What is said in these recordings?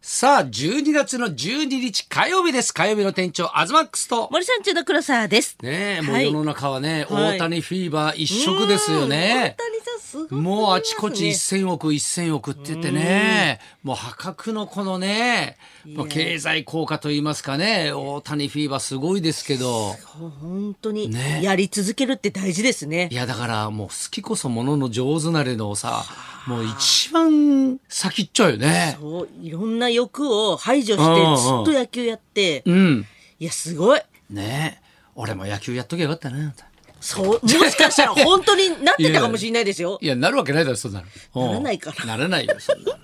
さあ、12月の12日火曜日です。火曜日の店長、アズマックスと。森さん中の黒沢です。ねえ、もはうい世の中はね、はい大谷フィーバー一色ですよね。うん大谷さんすごい、もうあちこち1000億1000億って言ってね、もう破格のこのね、もう経済効果といいますかね、大谷フィーバーすごいですけど、本当にねやり続けるって大事ですねい。やだからもう好きこそものの上手なれのさ、もう一番先っちょよね。そういろんな欲を排除してうんうんずっと野球やって、うん。いやすごい。ねえ、俺も野球やっときゃよかったな。そうもしかしたら本当になってたかもしれないですよい。や、なるわけないだろ、そんなの。うんならないからならないよ、そん なの。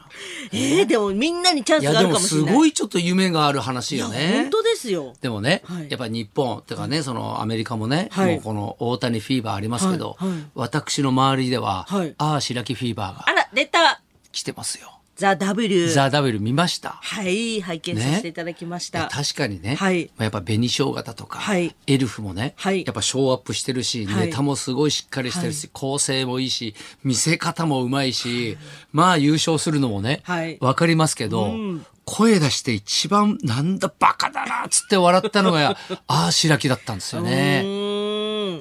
えー、でもみんなにチャンいスがや、あでるかももしれすない。ごいちょっと夢がある話よいやね本。当ですよ。でもね、はいやっぱり日本とかね、そのアメリカもね、はいもうこの大谷フィーバーありますけど、はいはい私の周りでは、はいああ、白木フィーバーがあら出た来てますよ。ザ・ W。ザ・ダブル見ました。はい拝見させていただきましいやた。確かにね、はいまあやっぱ紅生姜だとか、はいエルフもね、はいやっぱショーアップしてるし、はいネタもすごいしっかりしてるし、構成もいいし見せ方もうまいし、まあ優勝するのもね、はいわかりますけど、声出して一番なんだバカだなっつって笑ったの がああ白木だったんですようね。ーん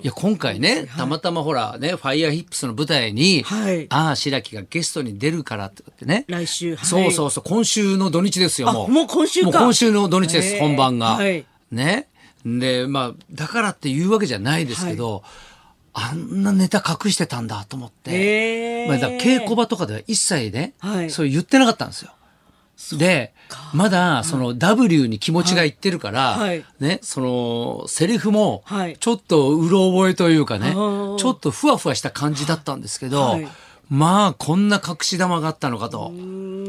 いや今回ね、たまたまほらね、ファイヤーヒップスの舞台に、はいああ、白木がゲストに出るからってことでね。来週はいそうそうそう、今週の土日ですよ、あもう。もう今週かもう今週の土日でへす、え本番が。はいね。で、まあ、だからっていうわけじゃないですけど、あんなネタ隠してたんだと思って。へーまあ、だから稽古場とかでは一切ね、はいそう言ってなかったんですよ。で、まだ、その W に気持ちがいってるから、はいね、その、セリフもはい、ちょっとうろ覚えというかね、あーちょっとふわふわした感じだったんですけど、はいまあ、こんな隠し玉があったのかと。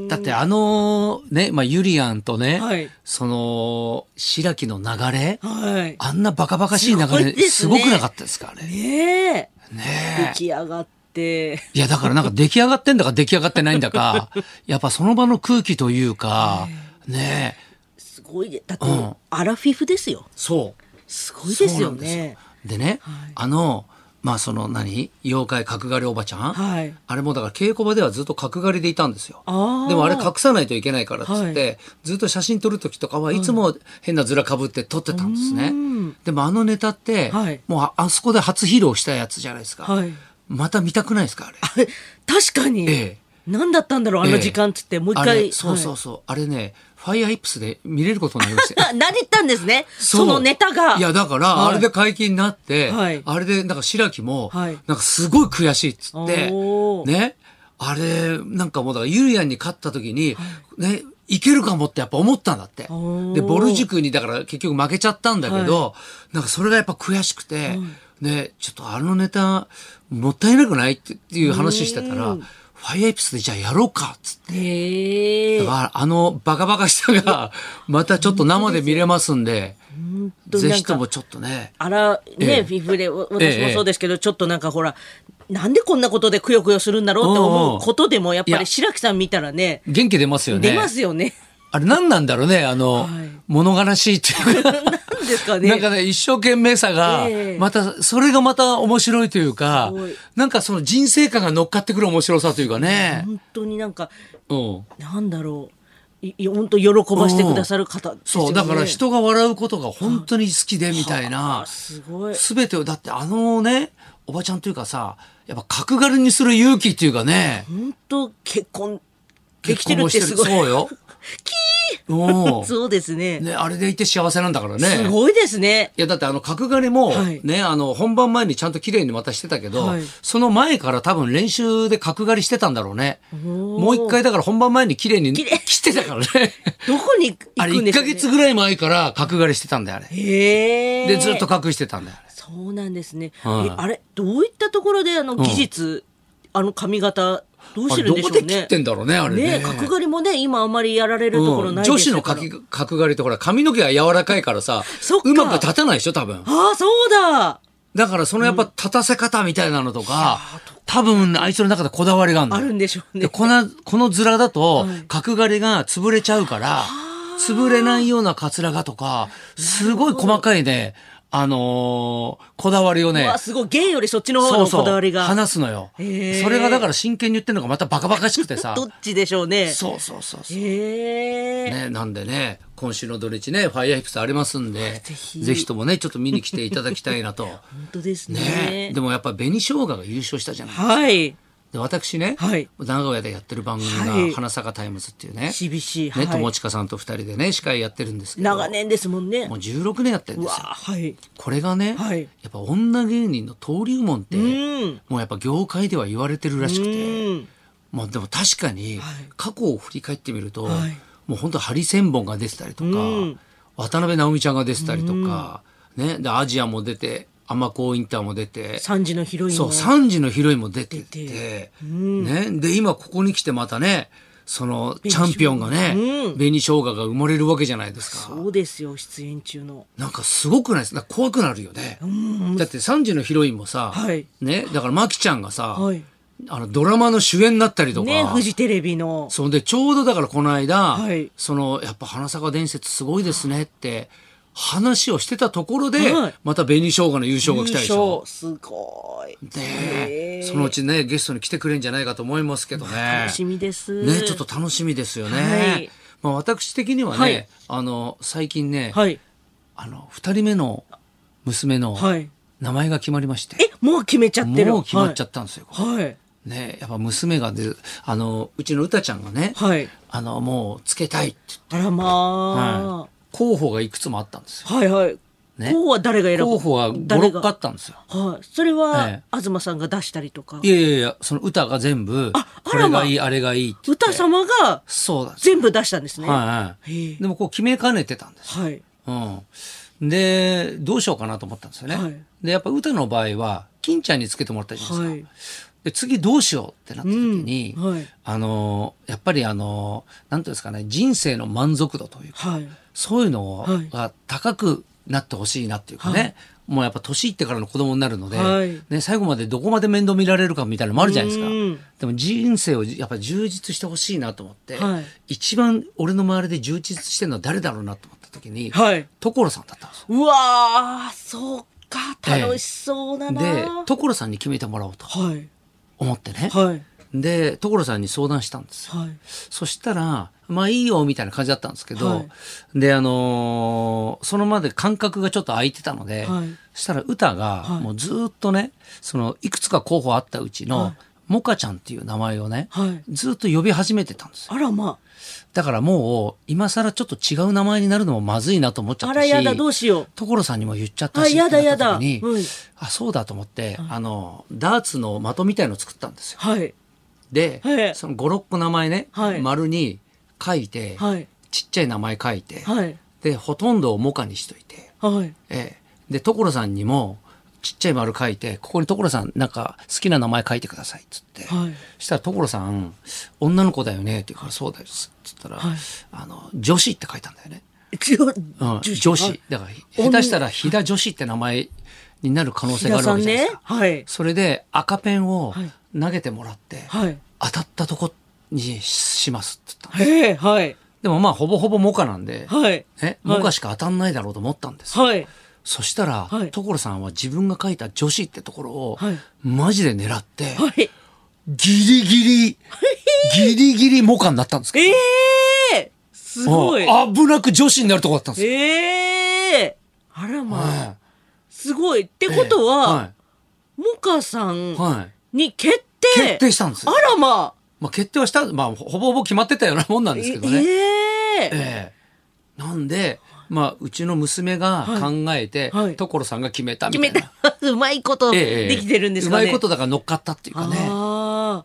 だって、あの、ね、まあ、ユリアンとね、はいその、白木の流れ、はい。あんなバカバカしい流すごいれ、ですねすごくなかったですからね。ねえ。ねえ出来上がって。いや、だからなんか出来上がってんだか出来上がってないんだ か、やっぱその場の空気というか、ねえ、すごいで。だって、うんアラフィフですよ。そう。すごいですよそうなんね。ですよでね、いあの、まあその何妖怪角刈りおばちゃん、はいあれもだから稽古場ではずっと角刈りでいたんですよ。あーでもあれ隠さないといけないからっつって、はずっと写真撮る時とかはいつも変なズラかぶって撮ってたんですね。でもあのネタって、はいもうああそこで初披露したやつじゃないですか。はいまた見たくないですかあれ。あれ確かに、ええ何だったんだろうあの時間っつって、もう一あ回れそうそうはそう、あれねファイアヒップスで見れることになりましたよい あ何言ったんですねそそうのネタがいや、だから、はいあれで解禁になって、はいあれで、なんか白木も、はいなんかすごい悔しいっつって、おーね、あれ、なんかもうだから、ゆりやんに勝った時に、ね、いけるかもってやっぱ思ったんだってお。ーで、ボル塾にだから結局負けちゃったんだけど、なんかそれがやっぱ悔しくて、ね、ちょっとあのネタ、もったいなくないってっていう話してたら、ファイアエピスでじゃあやろうかっつって。へえだからあのバカバカしたが、またちょっと生で見れますんで、当にぜなんかひともちょっとね。あらね、ええフィフでわ ええ私もそうですけど、ちょっとなんかほらなんでこんなことでくよくよするんだろうって思うことでもやっいぱやり白木さん見たらね元気出ますよね。出ますよね あれ何なんだろうね、あの、はい物悲しいっていうか。なんです かねなんかね、一生懸命さがええ、また、それがまた面白いというかすごい、なんかその人生観が乗っかってくる面白さというかね。本当になんかうん。なんだろういい本当喜ばしてくださる方ですよねそう、だから人が笑うことが本当に好きでみたいなあ。すごいすべてを、だってあのね、おばちゃんというかさ、やっぱ角刈りにする勇気っていうかね。本当結婚でき結て婚るもっしててする。ごいそう よ。キーそうですねね、あれでいて幸せなんだからね。すごいですねいや、だってあの、角刈りも、はいね、あの、本番前にちゃんと綺麗にまたしてたけど、はいその前から多分練習で角刈りしてたんだろうね。もう一回だから本番前に綺麗に綺麗切ってたからね。どこにあ 行れくん1ですヶか、ね、月ぐらい前から角刈りしてたんだよ、あれ。へえで、ずっと隠してたんだよ、あれそうなんですね、はいえあれどういったところであの技術、あの髪型どうしてるんでしょうあれどこでね切ってんだろうねあれね角刈りもね今あんまりやられるところうんない女で子すのからかき角刈りってほら、髪の毛が柔らかいからさそっ、かうまく立たないでしょ、多分。ああそうだだからそのやっぱ立たせ方みたいなのとか、多分あいつの中でこだわりがあるんだあよるんでしょうでねこのこのズラだと角刈りが潰れちゃうから、潰れないようなカツラがとかすごい細かいねあのーこだわりをねうわ、すごい。芸よりそっちの方のこだわりが。話すのよ。へーそれがだから真剣に言ってるのがまたバカバカしくてさ。どっちでしょうね。そうそうそうそう。へえ。ね、なんでね、今週の土日ね、ファイヤーヒップスありますんで、ぜひひともね、ちょっと見に来ていただきたいなと。本当ですね。ね、でもやっぱ紅生姜が優勝したじゃない。はい。で私ね、はい長屋でやってる番組はが「い花咲かタイムズ」っていうね、 CBC はねい友近さんと二人でね司会やってるんですけど長年ですもんねもう。16年やってるんうでわすよはい。これがね、はいやっぱ女芸人の登竜門って、んもうやっぱ業界では言われてるらしくて、うん。まあ、でも確かにはい過去を振り返ってみると、はいもう本当ハリセンボンが出てたりとか、うん渡辺直美ちゃんが出てたりとか、ね、でアジアも出て天子インターも出て。三時のヒロインそう、も。 3時のヒロインも出てて、出てね。で、今ここに来てまたね、そのチャンピオンがね、紅生姜が生まれるわけじゃないですか。そうですよ出演中の。なんかすごくないですか怖くなるよね。だって3時のヒロインもさ、はいね、だからマキちゃんがさ、はい。あのドラマの主演になったりとか、ねフジテレビの。そんでちょうどだからこの間、はいそのやっぱ花咲か伝説すごいですねって話をしてたところで、はいまた紅生姜の優勝が来たでしょ。優勝すごい。ねえそのうちねゲストに来てくれんじゃないかと思いますけどね。楽しみです。ねちょっと楽しみですよね。はいまあ私的にはね、はいあの最近ね、はいあの二人目の娘のはい。名前が決まりまして、えもう決めちゃってる。もう決まっちゃっったんですよ。はい。はいねやっぱ娘がであのうちの歌ちゃんがね、はいあのもうつけたいって言って、あらまあ。はい候補がいくつもあったんですよ。はいはい。ね候補は誰が選ぶ候補が5、誰6が個あったんですよ。はい。それは、え東さんが出したりとかい。やいやいや、その歌が全部、こあれらまがいい、あれがいいって言って歌様がそうなんですよ全部出したんですね。はいはへい。えでもこう決めかねてたんです。はい。うん。で、どうしようかなと思ったんですよね。はいで、やっぱ歌の場合は、金ちゃんにつけてもらったじゃないですか。はいで、次どうしようってなった時に、うんはいあの、やっぱりあの、なんていうんですかね、人生の満足度というか、はい。そういうのはいが高くなってほしいなっていうかね、もうやっぱ年いってからの子供になるので、はいね、最後までどこまで面倒見られるかみたいなのもあるじゃないですかうん。でも人生をやっぱ充実してほしいなと思って、はい一番俺の周りで充実してるのは誰だろうなと思った時に、はい所さんだったんですよ。うわー、そうか、ええ楽しそうだな。で、所さんに決めてもらおうとはい。思ってね。はい。で、所さんに相談したんですよはい。そしたら、まあいいよみたいな感じだったんですけど、はいで、あのーそのまで間隔がちょっと空いてたので、はいそしたら歌が、いもうずーっとね、その、いくつか候補あったうちの、モカちゃんっていう名前をね、はいずーっと呼び始めてたんですよ。あらまだからもう、今更ちょっと違う名前になるのもまずいなと思っちゃあ。っあたらし、やだ、どうしよう。所さんにも言っちゃったし、あやだってなった時にやだうんあ、そうだと思って、あの、ダーツの的みたいの作ったんですよ。はい。で、ええその56個名前ね、はい丸に書いて、はいちっちゃい名前書いて、はい。でほとんどをモカにしといて、はい。ええ、で所さんにもちっちゃい丸書いてここに所さんなんか好きな名前書いてくださいっつって、はいしたら所さん「女の子だよね」って言うから「そうだよ」っつったら、はいあの「女子」って書いたんだよね。一応うん、じゅ女は子い。だから下手したら飛騨女子って名前になる可能性があるわけじゃないですか。飛騨さんねはいそれで赤ペンをはい投げてもらって、はい当たったとこにしますって言ったのへえ、はい。でもまあほぼほぼモカなんで、はい。ね、はいモカしか当たんないだろうと思ったんですよ、はい。そしたら、はい所さんは自分が書いた女子ってところを、はいマジで狙って、はい。ギリギ リ、ギリギリモカになったんですけどええすごい。うん危なく女子になるとこだったんですよ。ええあらまあ。はすごい。っていことは、えモカさんえはいはいに決定決定したんですあよらままあ、決定はした、まあ、ほほぼほぼ決まってたようなもんなんですけどね。ええええなんで、まあ、うちの娘が考えて、はいはい所さんが決めたみ決ためいなた。 うまいことええええできてるんですかね。うまいことだから乗っかったっていうかね。ああ、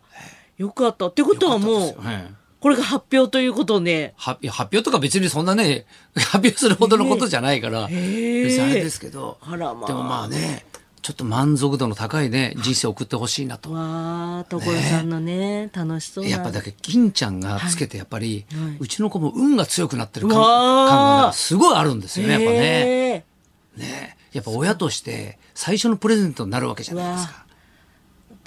よかった。ってことはもうよかったですよええこれが発表ということね。は発表とか別にそんなね、 発表するほどのことじゃないから、別えにあれですけど、あらまあでもまあね、ちょっと満足度の高いね、人生を送ってほしいなと。わあ、所さんのね、楽しそうな。やっぱだけ金ちゃんがつけてやっぱり、はいうちの子も運が強くなってる感うわー感がすごいあるんですよね、やっぱね。ね。ねやっぱ親として最初のプレゼントになるわけじゃないですか。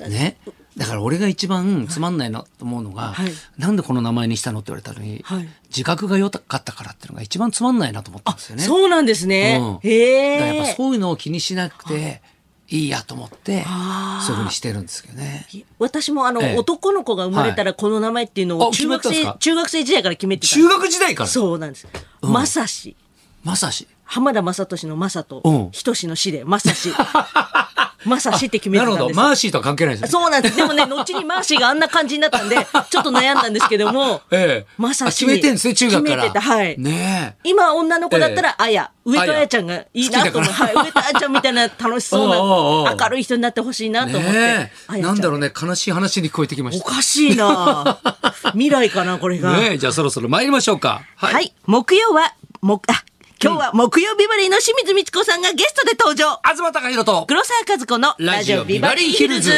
ね。だから俺が一番つまんないなと思うのが、はいなんでこの名前にしたのって言われたのに、はい自覚が良かったからっていうのが一番つまんないなと思ったんですよね。そうなんですね。うんへえ。だからやっぱそういうのを気にしなくていいやと思ってそういうふうにしてるんですけどね。私もあの、ええ男の子が生まれたらこの名前っていうのはいをあ中学決め生、たんですか中学生時代から決めてたん中で学時代からす。そうなんです。まさし。まさし浜田雅俊の雅と、うんひとしのしで、まさし。 まさしって決めてなたんるですほどマーシーとは関係ないですね。そうなんです。でもね、後にマーシーがあんな感じに なったんで、ちょっと悩んだんですけども、ええ、まさあし決に。めてんですね中学から。決めてた、はい。ねえ。今、女の子だったら、あや、上戸あやあやちゃんがいいなと思う。好きだはい、上戸あやちゃんみたいな楽しそう おうおうおなう、明るい人になってほしいなと思って。ねあえ。やちゃなんんだろうね悲しい話に聞こえてきましおた。かしい な未来かな、これが。ねえじゃあそろそろ参りましょうか。ははい、木曜は、も、あ、今日は木曜ビバリーの清水美智子さんがゲストで登場。東隆弘と黒沢和子のラジオビバリーヒルズ。